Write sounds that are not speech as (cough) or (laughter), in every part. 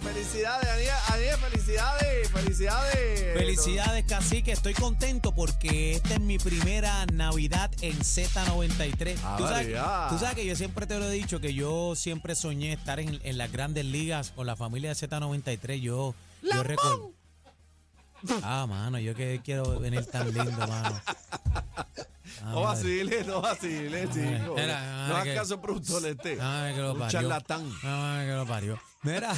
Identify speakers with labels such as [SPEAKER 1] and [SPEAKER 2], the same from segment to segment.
[SPEAKER 1] Felicidades, Aniel, Aniel, felicidades, felicidades.
[SPEAKER 2] Felicidades, cacique. Estoy contento porque esta es mi primera Navidad en Z93.
[SPEAKER 1] Ah,
[SPEAKER 2] tú, sabes,
[SPEAKER 1] María.
[SPEAKER 2] tú sabes que yo siempre te lo he dicho, que yo siempre soñé estar en, en las grandes ligas con la familia de Z93. Yo, yo recuerdo. Ah, mano, yo que quiero venir tan lindo, mano. Ah,
[SPEAKER 1] No
[SPEAKER 2] madre.
[SPEAKER 1] vaciles, no vaciles, chico.
[SPEAKER 2] Era,
[SPEAKER 1] este. no
[SPEAKER 2] ah,
[SPEAKER 1] hagas
[SPEAKER 2] que-
[SPEAKER 1] caso al productor este.
[SPEAKER 2] Ah, que lo
[SPEAKER 1] un
[SPEAKER 2] parió.
[SPEAKER 1] charlatán.
[SPEAKER 2] Ah, que lo parió. Mira,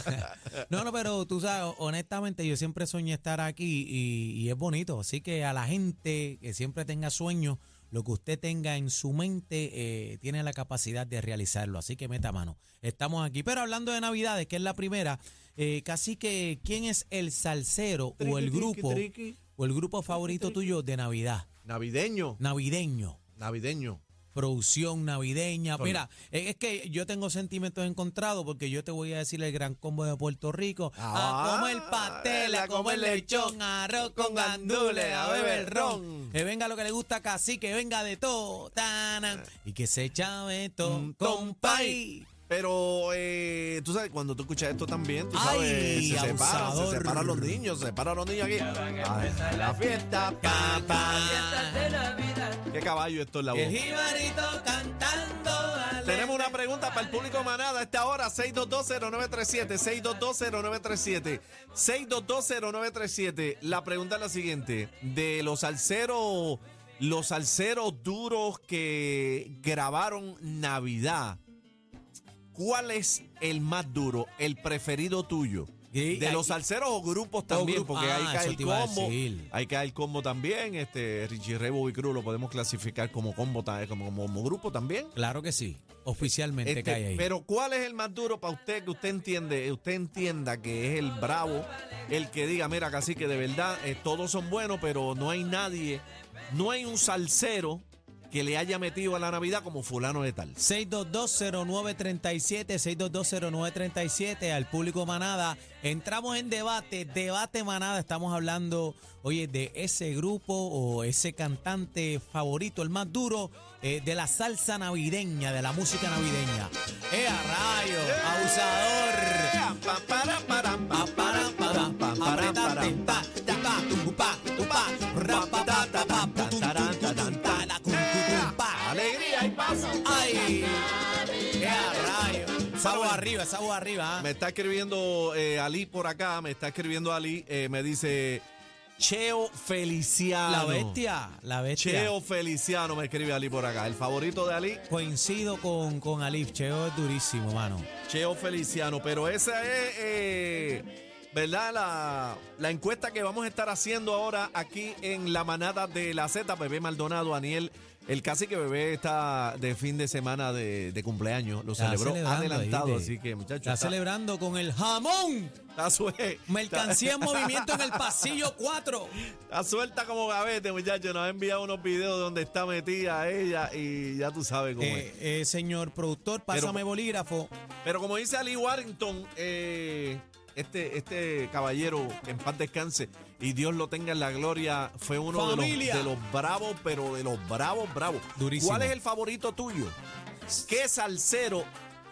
[SPEAKER 1] (laughs)
[SPEAKER 2] no, no, pero tú sabes, honestamente yo siempre soñé estar aquí y, y es bonito. Así que a la gente que siempre tenga sueños, lo que usted tenga en su mente eh, tiene la capacidad de realizarlo. Así que meta mano. Estamos aquí. Pero hablando de Navidades, que es la primera, eh, casi que ¿quién es el salsero o el
[SPEAKER 1] Triqui,
[SPEAKER 2] grupo
[SPEAKER 1] triqui, triqui.
[SPEAKER 2] o el grupo favorito tuyo de Navidad?
[SPEAKER 1] Navideño,
[SPEAKER 2] Navideño
[SPEAKER 1] navideño.
[SPEAKER 2] producción navideña.
[SPEAKER 1] Solo.
[SPEAKER 2] Mira, es es que yo tengo sentimientos encontrados porque yo te voy a decir el gran combo de Puerto Rico.
[SPEAKER 1] Ah,
[SPEAKER 2] a comer pastel, a comer lechón, arroz con gandules, a beber ron. Que venga lo que le gusta casi, que venga de todo. tanan, y que se chave todo, compay.
[SPEAKER 1] Pero eh, tú sabes, cuando tú escuchas esto también, tú sabes,
[SPEAKER 2] Ay,
[SPEAKER 1] se separan, se
[SPEAKER 2] abusador.
[SPEAKER 1] separan los niños, se separan los niños aquí. Ay, la fiesta,
[SPEAKER 2] Papá.
[SPEAKER 1] Qué caballo esto es la voz.
[SPEAKER 2] El jibarito cantando. ale-
[SPEAKER 1] Tenemos una pregunta para el público manada a esta hora, 6220937, 6220937, 6220937. La pregunta es la siguiente, de los salseros, los salseros duros que grabaron Navidad, ¿cuál es el más duro, el preferido tuyo?
[SPEAKER 2] Y-
[SPEAKER 1] De los
[SPEAKER 2] y-
[SPEAKER 1] salseros o grupos también,
[SPEAKER 2] grupo-
[SPEAKER 1] porque
[SPEAKER 2] Ah,
[SPEAKER 1] hay cae
[SPEAKER 2] eso
[SPEAKER 1] el
[SPEAKER 2] te iba a
[SPEAKER 1] combo,
[SPEAKER 2] decir.
[SPEAKER 1] hay cae el combo también, este Richie Ray, Bobby Cruz lo podemos clasificar como combo, ta- como- como- como grupo también.
[SPEAKER 2] Claro que sí. Oficialmente
[SPEAKER 1] Este,
[SPEAKER 2] cae ahí.
[SPEAKER 1] Pero ¿cuál es el más duro para usted que usted entiende, usted entienda que es el bravo, el que diga, mira, casi que de verdad eh, todos son buenos, pero no hay nadie, no hay un salsero que le haya metido a la Navidad como fulano de tal.
[SPEAKER 2] 6220937, 6220937, al público Manada. Entramos en debate, debate Manada. Estamos hablando, oye, de ese grupo o ese cantante favorito, el más duro, eh, de la salsa navideña, de la música navideña. ¡Ea, rayo! ¡Abusador! Pa, para, pa, pa, pa, apretate, pa, ta, pa, tum, pa, tum, pa, ra, pa, ta, ta, pa, pu, tum, tum, tum, tum, ta, la, cum, cum, cum, pa.
[SPEAKER 1] Alegría y paz.
[SPEAKER 2] ¡Ay! ¡Qué rayo! Esa voz arriba, esa voz arriba.
[SPEAKER 1] Me
[SPEAKER 2] ¿ah?
[SPEAKER 1] está escribiendo eh, Ali por acá, me está escribiendo Ali, eh, me dice Cheo Feliciano.
[SPEAKER 2] La bestia, la bestia.
[SPEAKER 1] Cheo Feliciano me escribe Ali por acá. El favorito de Ali
[SPEAKER 2] Coincido con, con Alif, Cheo es durísimo, mano.
[SPEAKER 1] Cheo Feliciano, pero esa es, eh, ¿verdad? La, la encuesta que vamos a estar haciendo ahora aquí en la manada de la Z, Bebé Maldonado, Aniel. El cacique bebé está de fin de semana de, de cumpleaños, lo
[SPEAKER 2] Está
[SPEAKER 1] celebró
[SPEAKER 2] celebrando,
[SPEAKER 1] adelantado,
[SPEAKER 2] ¿viste?
[SPEAKER 1] así que muchachos.
[SPEAKER 2] Está celebrando con el jamón.
[SPEAKER 1] está sue-
[SPEAKER 2] Mercancía en movimiento en el pasillo
[SPEAKER 1] (laughs)
[SPEAKER 2] 4.
[SPEAKER 1] Está suelta como gavete, muchachos. Nos ha enviado unos videos donde está metida ella y ya tú sabes cómo es.
[SPEAKER 2] Eh, eh, señor productor, pásame
[SPEAKER 1] Pero-
[SPEAKER 2] bolígrafo.
[SPEAKER 1] Pero como dice Ali Warrington, eh, este, este caballero, que en paz descanse y Dios lo tenga en la gloria, fue uno de los,
[SPEAKER 2] Familia.
[SPEAKER 1] de los bravos, pero de los bravos, bravos.
[SPEAKER 2] Durísimo.
[SPEAKER 1] ¿Cuál es el favorito tuyo? ¿Qué salsero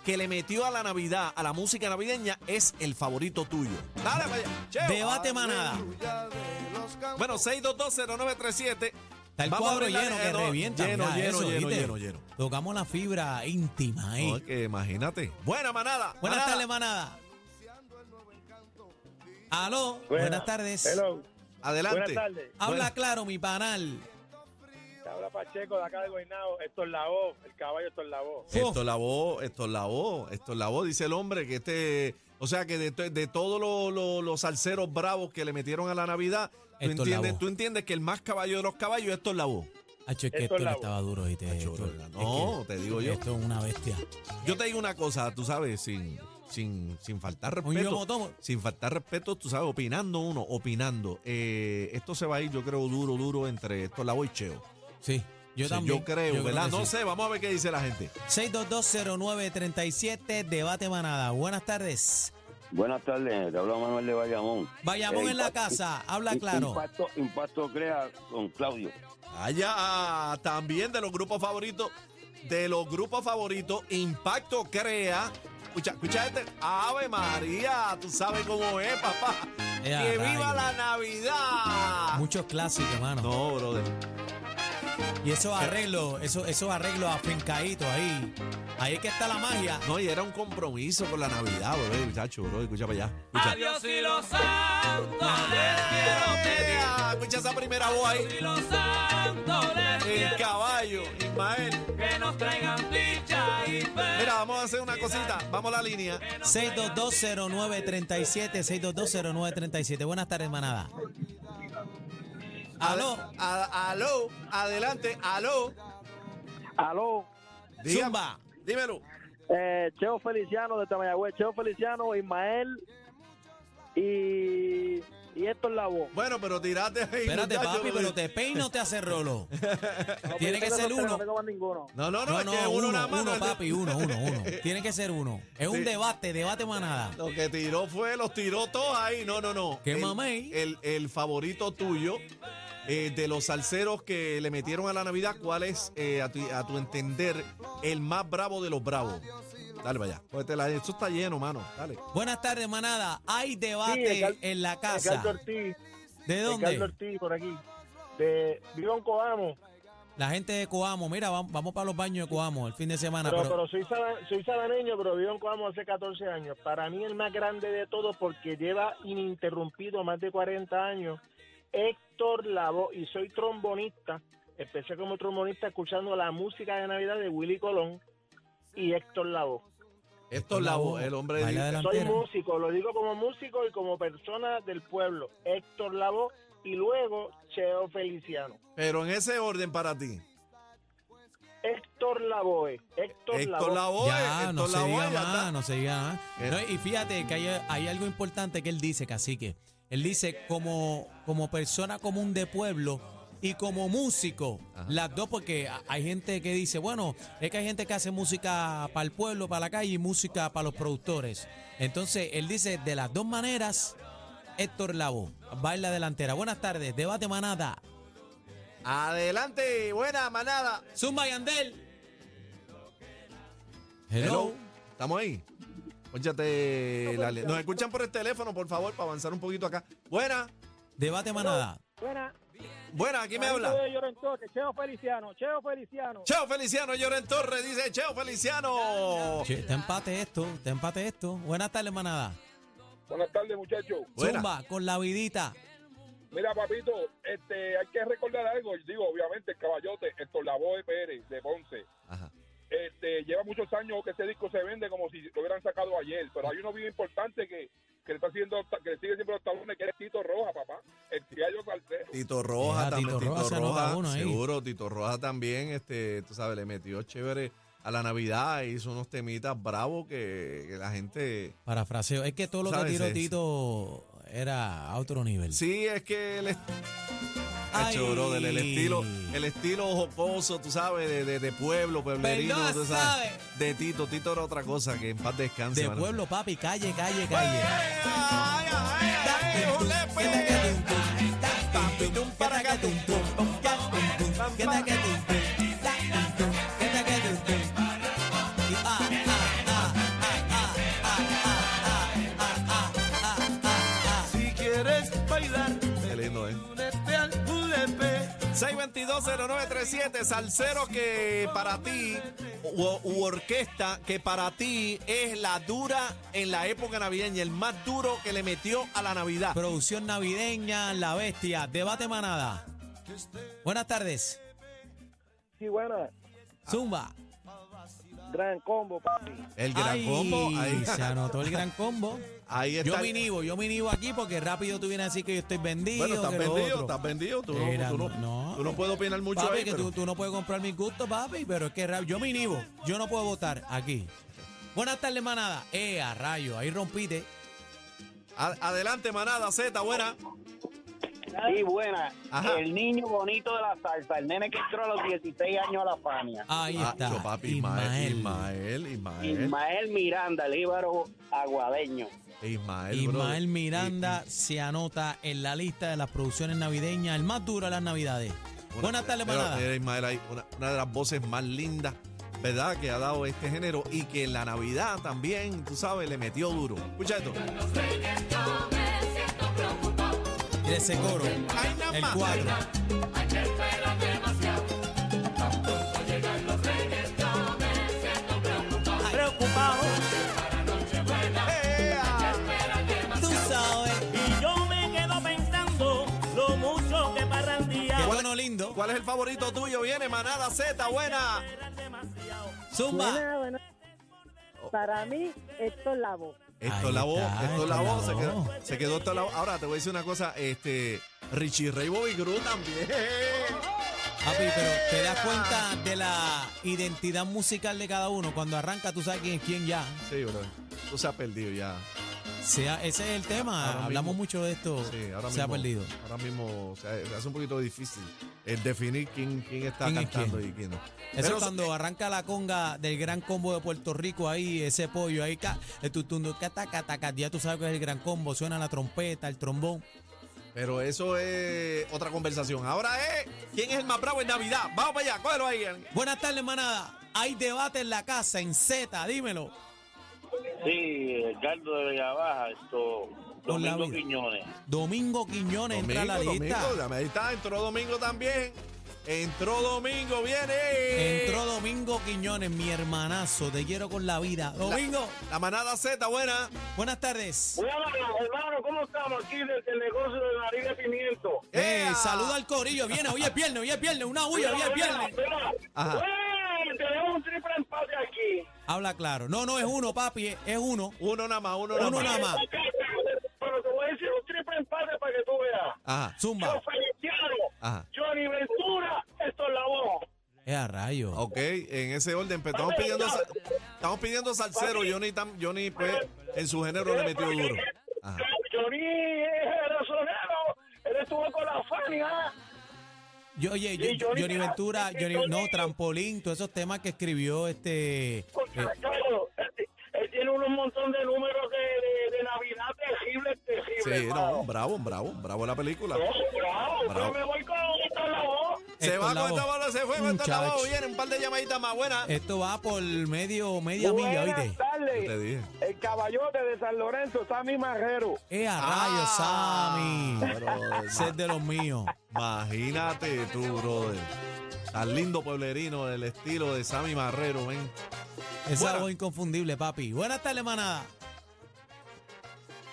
[SPEAKER 1] que le metió a la Navidad, a la música navideña, es el favorito tuyo? Dale, vaya. Cheo.
[SPEAKER 2] Debate, manada.
[SPEAKER 1] Aleluya de los campos. Bueno, 6220937.
[SPEAKER 2] Está el
[SPEAKER 1] Vamos a
[SPEAKER 2] cuadro
[SPEAKER 1] abrirla,
[SPEAKER 2] lleno,
[SPEAKER 1] eh,
[SPEAKER 2] que
[SPEAKER 1] no,
[SPEAKER 2] revienta.
[SPEAKER 1] Lleno,
[SPEAKER 2] mira
[SPEAKER 1] lleno,
[SPEAKER 2] eso,
[SPEAKER 1] lleno,
[SPEAKER 2] ¿viste?
[SPEAKER 1] lleno, lleno.
[SPEAKER 2] Tocamos la fibra íntima ahí.
[SPEAKER 1] No, es que imagínate. Buena manada.
[SPEAKER 2] Buenas
[SPEAKER 1] manada.
[SPEAKER 2] tardes, manada. Aló, buenas tardes.
[SPEAKER 3] Hello.
[SPEAKER 1] Adelante.
[SPEAKER 3] Buenas tardes.
[SPEAKER 2] Habla
[SPEAKER 1] Buenas.
[SPEAKER 2] claro, mi panal.
[SPEAKER 3] Te habla Pacheco de acá de Guaynabo. Esto es la voz, el caballo, esto es la voz.
[SPEAKER 1] Esto es la voz, esto es la voz, esto es la voz, dice el hombre que este, o sea que de, to- de todos los, los, los salseros bravos que le metieron a la Navidad, tú
[SPEAKER 2] Esto es la
[SPEAKER 1] entiendes,
[SPEAKER 2] voz.
[SPEAKER 1] tú entiendes que el más caballo de los caballos, esto es la voz.
[SPEAKER 2] Hacho, es que esto
[SPEAKER 3] Esto es la
[SPEAKER 2] le
[SPEAKER 3] voz.
[SPEAKER 2] estaba duro, ¿viste?
[SPEAKER 1] Hacho,
[SPEAKER 2] Esto-
[SPEAKER 1] ¿verdad? No,
[SPEAKER 2] es
[SPEAKER 1] te digo yo.
[SPEAKER 2] Esto es una bestia.
[SPEAKER 1] Yo te digo una cosa, tú sabes, sin, sin, sin faltar
[SPEAKER 2] Un
[SPEAKER 1] respeto.
[SPEAKER 2] yomo tomo.
[SPEAKER 1] Sin faltar respeto, tú sabes, opinando uno, opinando. Eh, esto se va a ir, yo creo, duro, duro entre esto es la voz y Cheo.
[SPEAKER 2] Sí, yo
[SPEAKER 1] O sea,
[SPEAKER 2] también.
[SPEAKER 1] Yo creo, ¿verdad?
[SPEAKER 2] que
[SPEAKER 1] no
[SPEAKER 2] sí.
[SPEAKER 1] sé, vamos a ver qué dice la gente.
[SPEAKER 2] 6220937, debate manada. Buenas tardes.
[SPEAKER 4] Buenas tardes, te hablo Manuel de Bayamón.
[SPEAKER 2] Vayamos
[SPEAKER 4] Eh,
[SPEAKER 2] en la
[SPEAKER 4] impacto-
[SPEAKER 2] casa, habla
[SPEAKER 4] i-
[SPEAKER 2] claro.
[SPEAKER 4] Impacto, impacto crea con Claudio.
[SPEAKER 1] Allá también de los grupos favoritos, de los grupos favoritos, Impacto Crea Escucha, escucha este. Ave María, tú sabes cómo es, papá.
[SPEAKER 2] Eh, a
[SPEAKER 1] que viva
[SPEAKER 2] rayos.
[SPEAKER 1] la Navidad.
[SPEAKER 2] Muchos clásicos, hermano.
[SPEAKER 1] ah. No, Eh. brother.
[SPEAKER 2] Y esos arreglos, esos, esos arreglos afincaditos ahí. Ahí es que está la magia.
[SPEAKER 1] No, y era un compromiso con la Navidad, brother, muchacho, brother. Escucha para allá. Escucha.
[SPEAKER 5] Adiós y los santos les quiero pedir.
[SPEAKER 1] Ah, Escucha esa primera voz ahí.
[SPEAKER 5] Y los santos les
[SPEAKER 1] El
[SPEAKER 5] quiero
[SPEAKER 1] caballo, Ismael.
[SPEAKER 5] que nos traigan dicha y fe.
[SPEAKER 1] Mira, vamos a hacer una cosita. Vamos a la línea.
[SPEAKER 2] 6220937, 6220937. Buenas tardes, manada. Aló,
[SPEAKER 1] A- aló, adelante, aló.
[SPEAKER 3] Aló,
[SPEAKER 1] Diga-
[SPEAKER 2] Zumba.
[SPEAKER 1] Dímelo.
[SPEAKER 3] eh, Cheo Feliciano de Tamayagüez, Cheo Feliciano, Ismael y, y esto es la voz.
[SPEAKER 1] Bueno, pero tirate ahí.
[SPEAKER 2] Espérate,
[SPEAKER 1] muchacho,
[SPEAKER 2] papi, pero
[SPEAKER 1] brother.
[SPEAKER 2] te peino o te hace rolo.
[SPEAKER 3] No,
[SPEAKER 2] Tiene que
[SPEAKER 3] tengo
[SPEAKER 2] ser
[SPEAKER 3] esos tres,
[SPEAKER 2] uno.
[SPEAKER 3] No tengo más ninguno.
[SPEAKER 1] No, no, no,
[SPEAKER 2] No,
[SPEAKER 1] es
[SPEAKER 2] no,
[SPEAKER 1] que uno,
[SPEAKER 2] uno,
[SPEAKER 1] nada más.
[SPEAKER 2] uno,
[SPEAKER 1] no-
[SPEAKER 2] papi, uno, uno,
[SPEAKER 1] (laughs)
[SPEAKER 2] uno. Tiene que ser uno. Es
[SPEAKER 1] Sí.
[SPEAKER 2] un debate, debate manada.
[SPEAKER 1] Lo que tiró fue, los tiró todos ahí. No, no, no.
[SPEAKER 2] Qué
[SPEAKER 1] El-
[SPEAKER 2] mamey.
[SPEAKER 1] El, el favorito tuyo eh, de los salseros que le metieron a la Navidad, ¿cuál es, eh, a, tu, a tu entender, el más bravo de los bravos? Dale, Pues vaya. Cógetela ahí. Eso está lleno, mano. Dale.
[SPEAKER 2] Buenas tardes, manada. Hay
[SPEAKER 3] Sí, el
[SPEAKER 2] debate
[SPEAKER 3] cal-
[SPEAKER 2] en la
[SPEAKER 3] Ricardo
[SPEAKER 2] casa.
[SPEAKER 3] Ortiz,
[SPEAKER 2] ¿De
[SPEAKER 3] Ricardo
[SPEAKER 2] dónde?
[SPEAKER 3] Ortiz por aquí. De vivo en Coamo,
[SPEAKER 2] La gente de Coamo. Mira, vam- vamos para los baños de Coamo el fin de semana.
[SPEAKER 3] pero,
[SPEAKER 2] pero-
[SPEAKER 3] pero soy, sala- soy salaneño, pero vivo en Coamo hace 14 años. Para mí el más grande de todos porque lleva ininterrumpido más de 40 años Héctor Lavoe y soy trombonista. Empecé como trombonista escuchando la música de Navidad de Willy Colón y Héctor Lavoe.
[SPEAKER 1] Esto es la voz, el hombre
[SPEAKER 2] Baila
[SPEAKER 1] de...
[SPEAKER 3] Soy
[SPEAKER 2] delantera.
[SPEAKER 3] músico, lo digo como músico y como persona del pueblo, Héctor Lavoe y luego Cheo Feliciano.
[SPEAKER 1] Pero en ese orden para ti.
[SPEAKER 3] Héctor Lavoe, Héctor,
[SPEAKER 1] Héctor
[SPEAKER 3] Lavoe.
[SPEAKER 1] Lavoe,
[SPEAKER 2] Ya,
[SPEAKER 1] Héctor
[SPEAKER 2] no se
[SPEAKER 1] Lavoe,
[SPEAKER 2] diga
[SPEAKER 1] ya está.
[SPEAKER 2] más, no se diga más.
[SPEAKER 1] Eh.
[SPEAKER 2] No, y fíjate que hay, hay algo importante que él dice, cacique. Él dice, como, como persona común de pueblo y como músico,
[SPEAKER 1] Ajá.
[SPEAKER 2] las dos, porque a- hay gente que dice, bueno, es que hay gente que hace música para el pueblo, para la calle y música para los productores. Entonces, él dice, de las dos maneras, Héctor Lavo, va en la delantera. Buenas tardes, debate manada.
[SPEAKER 1] Adelante, buena manada.
[SPEAKER 2] Zumba Yandel.
[SPEAKER 1] Hello.
[SPEAKER 2] Hello.
[SPEAKER 1] ¿Estamos ahí? Escúchate, la le- nos escuchan por el teléfono, por favor, para avanzar un poquito acá. Buena,
[SPEAKER 2] Debate manada.
[SPEAKER 6] Buena.
[SPEAKER 1] buena, aquí me
[SPEAKER 6] Juanito
[SPEAKER 1] habla.
[SPEAKER 6] de Llorón Torres, Cheo Feliciano, Cheo Feliciano.
[SPEAKER 1] Cheo Feliciano, Lloren Torres, dice Cheo Feliciano.
[SPEAKER 2] Che, te empate esto, te empate esto. Buenas tardes, manada.
[SPEAKER 7] Buenas tardes, muchachos.
[SPEAKER 1] Buena.
[SPEAKER 2] Zumba, con la vidita.
[SPEAKER 7] Mira, papito, este, hay que recordar algo. y Digo, obviamente, el caballote, esto, la voz de Pérez, de Ponce.
[SPEAKER 1] Ajá.
[SPEAKER 7] Este, lleva muchos años que este disco se vende como si lo hubieran sacado ayer. Pero hay uno bien importante que, que le está haciendo, que le sigue siempre los talones, que es Tito Roja, papá. El gallo salsero.
[SPEAKER 1] Tito Roja
[SPEAKER 2] Mira,
[SPEAKER 1] también,
[SPEAKER 2] Tito
[SPEAKER 1] Tito
[SPEAKER 2] Roja
[SPEAKER 1] Roja,
[SPEAKER 2] se anota uno ahí.
[SPEAKER 1] seguro, Tito Roja también, este, tú sabes, le metió chévere a la Navidad, hizo unos temitas bravos que, que la gente...
[SPEAKER 2] Parafraseo. Es que todo lo que
[SPEAKER 1] ¿Sabes
[SPEAKER 2] tiró
[SPEAKER 1] ese?
[SPEAKER 2] Tito era a otro nivel.
[SPEAKER 1] Sí, es que el, est- Cacho,
[SPEAKER 2] Ay.
[SPEAKER 1] brother, el estilo, el estilo jocoso, tú sabes, de, de- de pueblo, pueblerino,
[SPEAKER 2] Perdón,
[SPEAKER 1] tú
[SPEAKER 2] ¿sabe?
[SPEAKER 1] sabes. De Tito, Tito era otra cosa, que en paz descanse.
[SPEAKER 2] De
[SPEAKER 1] mano.
[SPEAKER 2] pueblo, papi, calle, calle, calle.
[SPEAKER 1] Ay, ay, ay, ay, julepe.
[SPEAKER 5] Si quieres bailar,
[SPEAKER 1] Qué lindo, ¿eh?
[SPEAKER 5] únete al julepe.
[SPEAKER 1] 6220937, salsero que para ti, u, u orquesta que para ti es la dura en la época navideña, el más duro que le metió a la Navidad.
[SPEAKER 2] Producción navideña, la bestia. Debate manada. Buenas tardes.
[SPEAKER 6] Sí, buena.
[SPEAKER 2] Zumba.
[SPEAKER 6] Gran combo, papi.
[SPEAKER 1] El gran
[SPEAKER 2] Ay,
[SPEAKER 1] combo, ahí,
[SPEAKER 2] Se anotó el gran
[SPEAKER 1] (laughs)
[SPEAKER 2] combo.
[SPEAKER 1] ahí está.
[SPEAKER 2] Yo
[SPEAKER 1] el-
[SPEAKER 2] me inhibo, yo me inhibo aquí porque rápido tú vienes a decir que yo estoy vendido.
[SPEAKER 1] Bueno, estás
[SPEAKER 2] que lo
[SPEAKER 1] vendido,
[SPEAKER 2] otro.
[SPEAKER 1] estás vendido. Tú, no-
[SPEAKER 2] Era,
[SPEAKER 1] tú no,
[SPEAKER 2] no.
[SPEAKER 1] tú no puedes opinar mucho
[SPEAKER 2] Papi,
[SPEAKER 1] ahí.
[SPEAKER 2] que
[SPEAKER 1] pero-
[SPEAKER 2] tú, tú no puedes comprar mis gustos, papi, pero es que ra- yo me inhibo. Yo no puedo votar aquí. Buenas tardes, manada. Eh, a rayo, ahí rompiste.
[SPEAKER 1] A- adelante, manada, Z, buena.
[SPEAKER 8] Sí, buena.
[SPEAKER 1] Ajá.
[SPEAKER 8] El niño bonito de la salsa, el nene que entró a los 16 años a la Fania.
[SPEAKER 2] Ahí está.
[SPEAKER 1] Acho, Ah, papi, Ismael, Ismael, Ismael.
[SPEAKER 8] Ismael Miranda, el íbaro aguadeño.
[SPEAKER 1] Ismael, brother.
[SPEAKER 2] Ismael
[SPEAKER 1] Eh,
[SPEAKER 2] Miranda se anota en la lista de las producciones navideñas, el más duro de las navidades.
[SPEAKER 1] Una- eh,
[SPEAKER 2] Buenas tardes,
[SPEAKER 1] pero
[SPEAKER 2] manada.
[SPEAKER 1] era Ismael ahí, una, una de las voces más lindas ¿verdad? Que ha dado este género y que en la Navidad también, tú sabes, le metió duro. Escucha esto.
[SPEAKER 2] Mira ese coro.
[SPEAKER 1] Ay, nada
[SPEAKER 2] El
[SPEAKER 1] más.
[SPEAKER 2] 4.
[SPEAKER 9] Preocupado.
[SPEAKER 2] Tú sabes.
[SPEAKER 9] Y yo me quedo pensando lo mucho que
[SPEAKER 2] Qué
[SPEAKER 9] parrandía.
[SPEAKER 2] bueno lindo.
[SPEAKER 1] ¿Cuál es el favorito tuyo? Viene Manada Z, buena.
[SPEAKER 2] Zumba.
[SPEAKER 10] Buena, buena. Para mí, eh, esto es la voz.
[SPEAKER 1] Esto
[SPEAKER 2] Ahí
[SPEAKER 1] es la voz,
[SPEAKER 2] está,
[SPEAKER 1] esto es la voz. Se quedó,
[SPEAKER 2] voz.
[SPEAKER 1] se quedó esto es la voz. Ahora te voy a decir una cosa, este, Richie Ray Bobby Cruz también.
[SPEAKER 2] Papi, pero te das cuenta de la identidad musical de cada uno. Cuando arranca, tú sabes quién es quién ya.
[SPEAKER 1] Sí, bro. Tú se has perdido ya.
[SPEAKER 2] Sea, ese es el tema.
[SPEAKER 1] Ahora
[SPEAKER 2] Hablamos
[SPEAKER 1] mismo.
[SPEAKER 2] mucho de esto.
[SPEAKER 1] Sí, ahora
[SPEAKER 2] Se ha
[SPEAKER 1] mismo-
[SPEAKER 2] perdido.
[SPEAKER 1] Ahora mismo se se hace un poquito difícil el definir quién, quién está
[SPEAKER 2] ¿Quién es
[SPEAKER 1] cantando y quién no.
[SPEAKER 2] Eso
[SPEAKER 1] Pero-
[SPEAKER 2] es cuando arranca la conga del gran combo de Puerto Rico ahí, ese pollo ahí, ca- el tutundo, cata, cata, cata, ya tú sabes que es el gran combo, suena la trompeta, el trombón.
[SPEAKER 1] Pero eso es otra conversación. Ahora es quién es el más bravo en Navidad. Vamos para allá, cógelo ahí.
[SPEAKER 2] Buenas tardes, manada. Hay debate en la casa, en Z, dímelo.
[SPEAKER 3] Sí, Edgardo de Vega Baja, esto,
[SPEAKER 2] Por la
[SPEAKER 3] Domingo
[SPEAKER 2] vida.
[SPEAKER 3] Quiñones.
[SPEAKER 2] Domingo Quiñones entra a la lista.
[SPEAKER 1] domingo, dame, ahí está, entró domingo también. Entró domingo, viene.
[SPEAKER 2] Entró Domingo Quiñones, mi hermanazo, te quiero con la vida. Domingo,
[SPEAKER 1] La manada Z, buena.
[SPEAKER 2] buenas tardes.
[SPEAKER 3] Bueno, hermano, ¿cómo estamos aquí desde el negocio de Nariz de Pimiento?
[SPEAKER 2] Eh,
[SPEAKER 1] ¡Ea!
[SPEAKER 2] saluda al corillo, viene, hoy es viernes, hoy es viernes, una huya, hoy es viernes.
[SPEAKER 1] Ajá.
[SPEAKER 3] Tenemos un triple empate aquí.
[SPEAKER 2] Habla claro. No, no, es uno, papi, es- es uno.
[SPEAKER 1] Uno nada más, uno,
[SPEAKER 2] Uno nada más.
[SPEAKER 3] Pero te voy a decir un triple empate para que tú veas.
[SPEAKER 1] Ajá,
[SPEAKER 2] Zumba.
[SPEAKER 3] Yo, Feliciano,
[SPEAKER 1] ajá.
[SPEAKER 3] Johnny Ventura, esto es la voz.
[SPEAKER 2] Es a rayo.
[SPEAKER 1] Ok, en ese orden, pero estamos pidiendo, sal- estamos pidiendo salsero. Johnny, tam- Johnny, pues, en su género le metió duro. Ajá.
[SPEAKER 3] Johnny es razonero. Él estuvo con la ¿ah? Fania.
[SPEAKER 2] Yo, oye,
[SPEAKER 3] Sí,
[SPEAKER 2] yo- Johnny,
[SPEAKER 3] Johnny
[SPEAKER 2] Ventura,
[SPEAKER 3] Ventura,
[SPEAKER 2] Johnny,
[SPEAKER 3] Johnny-
[SPEAKER 2] no, Trampolín, todos esos temas que escribió este. eh,
[SPEAKER 3] Claro, él, él tiene un montón de números de, de, de Navidad terribles, terribles.
[SPEAKER 1] Sí, no, un bravo, un bravo, un bravo la película.
[SPEAKER 3] Oh,
[SPEAKER 1] Bravo.
[SPEAKER 3] bravo, pero me voy con esta la voz.
[SPEAKER 1] Se
[SPEAKER 2] Héctor
[SPEAKER 1] va con
[SPEAKER 2] Lavoe.
[SPEAKER 1] esta bola, se fue con esta
[SPEAKER 2] Muchacho. Eh,
[SPEAKER 1] bola. Viene un par de llamaditas más buenas.
[SPEAKER 2] Esto va por medio, media milla, oíste.
[SPEAKER 11] Buenas
[SPEAKER 1] Yo te
[SPEAKER 11] tardes.
[SPEAKER 1] dije.
[SPEAKER 11] El caballote de San Lorenzo, Sammy Marrero.
[SPEAKER 2] ¡Eh, a
[SPEAKER 1] Ah,
[SPEAKER 2] rayos, Sammy!
[SPEAKER 1] brother,
[SPEAKER 2] Ese es de los míos.
[SPEAKER 1] Imagínate tú, brother. Tan lindo pueblerino del estilo de Sammy Marrero, ven.
[SPEAKER 2] Esa
[SPEAKER 1] Buena.
[SPEAKER 2] voz inconfundible, papi. Buenas tardes, manada.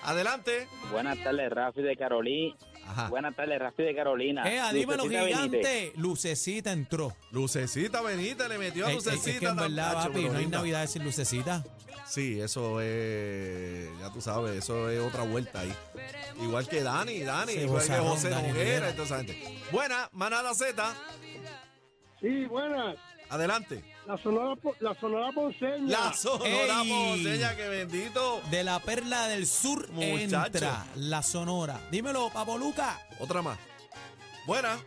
[SPEAKER 1] Adelante.
[SPEAKER 3] Buenas tardes, Rafi de Carolina.
[SPEAKER 1] Ajá.
[SPEAKER 3] Buenas tardes, Rafi de Carolina.
[SPEAKER 2] Ah. ¡Eh, a dímelo,
[SPEAKER 3] Lucecita Benítez.
[SPEAKER 2] gigante! Lucecita entró.
[SPEAKER 1] Lucecita Benítez le metió a
[SPEAKER 2] Eh, eh,
[SPEAKER 1] Lucecita.
[SPEAKER 2] es que en verdad,
[SPEAKER 1] tacho,
[SPEAKER 2] papi,
[SPEAKER 1] pero
[SPEAKER 2] no hay
[SPEAKER 1] linda.
[SPEAKER 2] Navidad sin Lucecita.
[SPEAKER 1] Sí, eso es, ya tú sabes, eso es otra vuelta ahí. Igual que Dani, Dani,
[SPEAKER 2] Sí,
[SPEAKER 1] igual que
[SPEAKER 2] gozarrón,
[SPEAKER 1] José
[SPEAKER 2] Dani
[SPEAKER 1] Noguera
[SPEAKER 2] Rivera.
[SPEAKER 1] y toda esa gente. Buena, manada Z,
[SPEAKER 11] Sí, buenas.
[SPEAKER 1] adelante.
[SPEAKER 11] La Sonora, la sonora Ponceña.
[SPEAKER 1] La Sonora
[SPEAKER 2] Ey.
[SPEAKER 1] Ponceña, que bendito.
[SPEAKER 2] De la perla del sur
[SPEAKER 1] Muchacho.
[SPEAKER 2] entra la sonora. Dímelo, Papo Luca.
[SPEAKER 1] Otra más. Buena.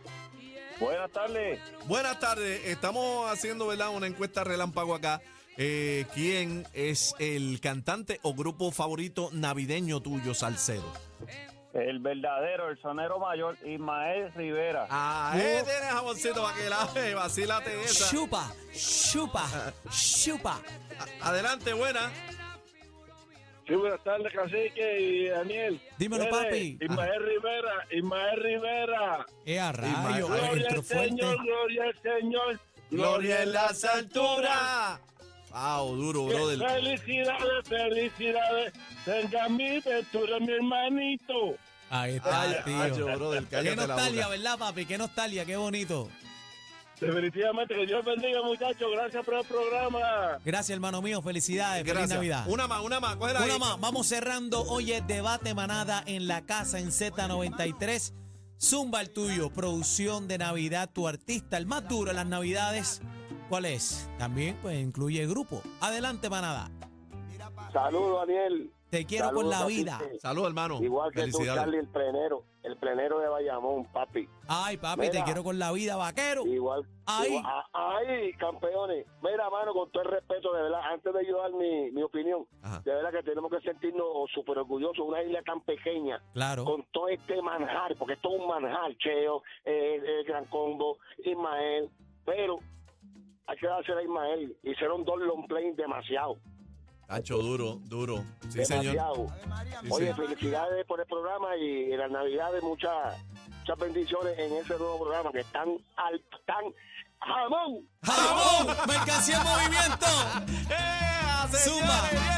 [SPEAKER 3] Buenas tardes.
[SPEAKER 1] Buenas tardes, estamos haciendo ¿verdad? una encuesta relámpago acá. Eh, ¿Quién es el cantante o grupo favorito navideño tuyo, Salcedo?
[SPEAKER 3] El verdadero, el sonero mayor, Ismael Rivera.
[SPEAKER 2] Uh.
[SPEAKER 1] Ah, eh, tienes jaboncito para que la vacílate esa.
[SPEAKER 2] Chupa, chupa, chupa.
[SPEAKER 1] A- Adelante, buena.
[SPEAKER 11] Sí, buenas tardes, Cacique y Daniel.
[SPEAKER 2] Dímelo, papi.
[SPEAKER 11] Ismael Rivera, Ismael Rivera.
[SPEAKER 2] ¡Eh, a rayo!
[SPEAKER 1] Ay,
[SPEAKER 11] Gloria
[SPEAKER 2] Entró
[SPEAKER 11] al
[SPEAKER 2] fuerte.
[SPEAKER 11] Señor, gloria al Señor.
[SPEAKER 1] las alturas. Wow, duro, brother.
[SPEAKER 11] Felicidades, felicidades. Venga mi ventura, mi hermanito.
[SPEAKER 2] Ahí
[SPEAKER 1] Ay,
[SPEAKER 2] está,
[SPEAKER 1] ay,
[SPEAKER 2] tío.
[SPEAKER 1] brother,
[SPEAKER 2] Qué
[SPEAKER 1] cállate la
[SPEAKER 2] nostalgia,
[SPEAKER 1] boca.
[SPEAKER 2] ¿verdad, papi? Qué nostalgia, qué bonito.
[SPEAKER 11] Definitivamente, que Dios bendiga, muchachos. Gracias por el programa.
[SPEAKER 2] Gracias, hermano mío. Felicidades. Feliz
[SPEAKER 1] Gracias.
[SPEAKER 2] Navidad.
[SPEAKER 1] Una más, una más, cógela
[SPEAKER 2] Una
[SPEAKER 1] ahí.
[SPEAKER 2] más. Vamos cerrando. Hoy es debate manada en la casa en Z93. Zumba el tuyo. Producción de Navidad. Tu artista, el más duro en las Navidades. ¿Cuál es? También pues incluye el grupo. Adelante, manada.
[SPEAKER 3] Saludos, Daniel.
[SPEAKER 2] Te quiero
[SPEAKER 3] Saludos,
[SPEAKER 2] con la
[SPEAKER 3] Cacique.
[SPEAKER 2] vida.
[SPEAKER 1] Salud, hermano.
[SPEAKER 3] Igual que tú,
[SPEAKER 1] Felicidades.
[SPEAKER 3] Charlie, el plenero. El plenero de Bayamón, papi.
[SPEAKER 2] Ay, papi, te
[SPEAKER 3] Mira.
[SPEAKER 2] quiero con la vida, vaquero.
[SPEAKER 3] Igual.
[SPEAKER 2] Ahí.
[SPEAKER 3] igual- ah, ahí, campeones. Mira, mano, con todo el respeto, de verdad, antes de yo dar mi, mi opinión,
[SPEAKER 1] Ajá.
[SPEAKER 3] de verdad que tenemos que sentirnos súper orgullosos. Una isla tan pequeña,
[SPEAKER 2] Claro.
[SPEAKER 3] con todo este manjar, porque esto es un manjar, Cheo, eh, el Gran Combo, Ismael, pero
[SPEAKER 12] hay que dársela a Ismael. Hicieron dos long play demasiado.
[SPEAKER 1] Tacho, duro, duro. Sí, señor.
[SPEAKER 12] demasiado.
[SPEAKER 1] Sí,
[SPEAKER 12] Oye,
[SPEAKER 1] sí.
[SPEAKER 12] felicidades por el programa y en las navidades muchas, muchas bendiciones en ese nuevo programa que están al tan jamón.
[SPEAKER 2] ¡Jamón! ¡Mercancía en movimiento!
[SPEAKER 1] ¡Eh,
[SPEAKER 2] Zumba.
[SPEAKER 1] señores,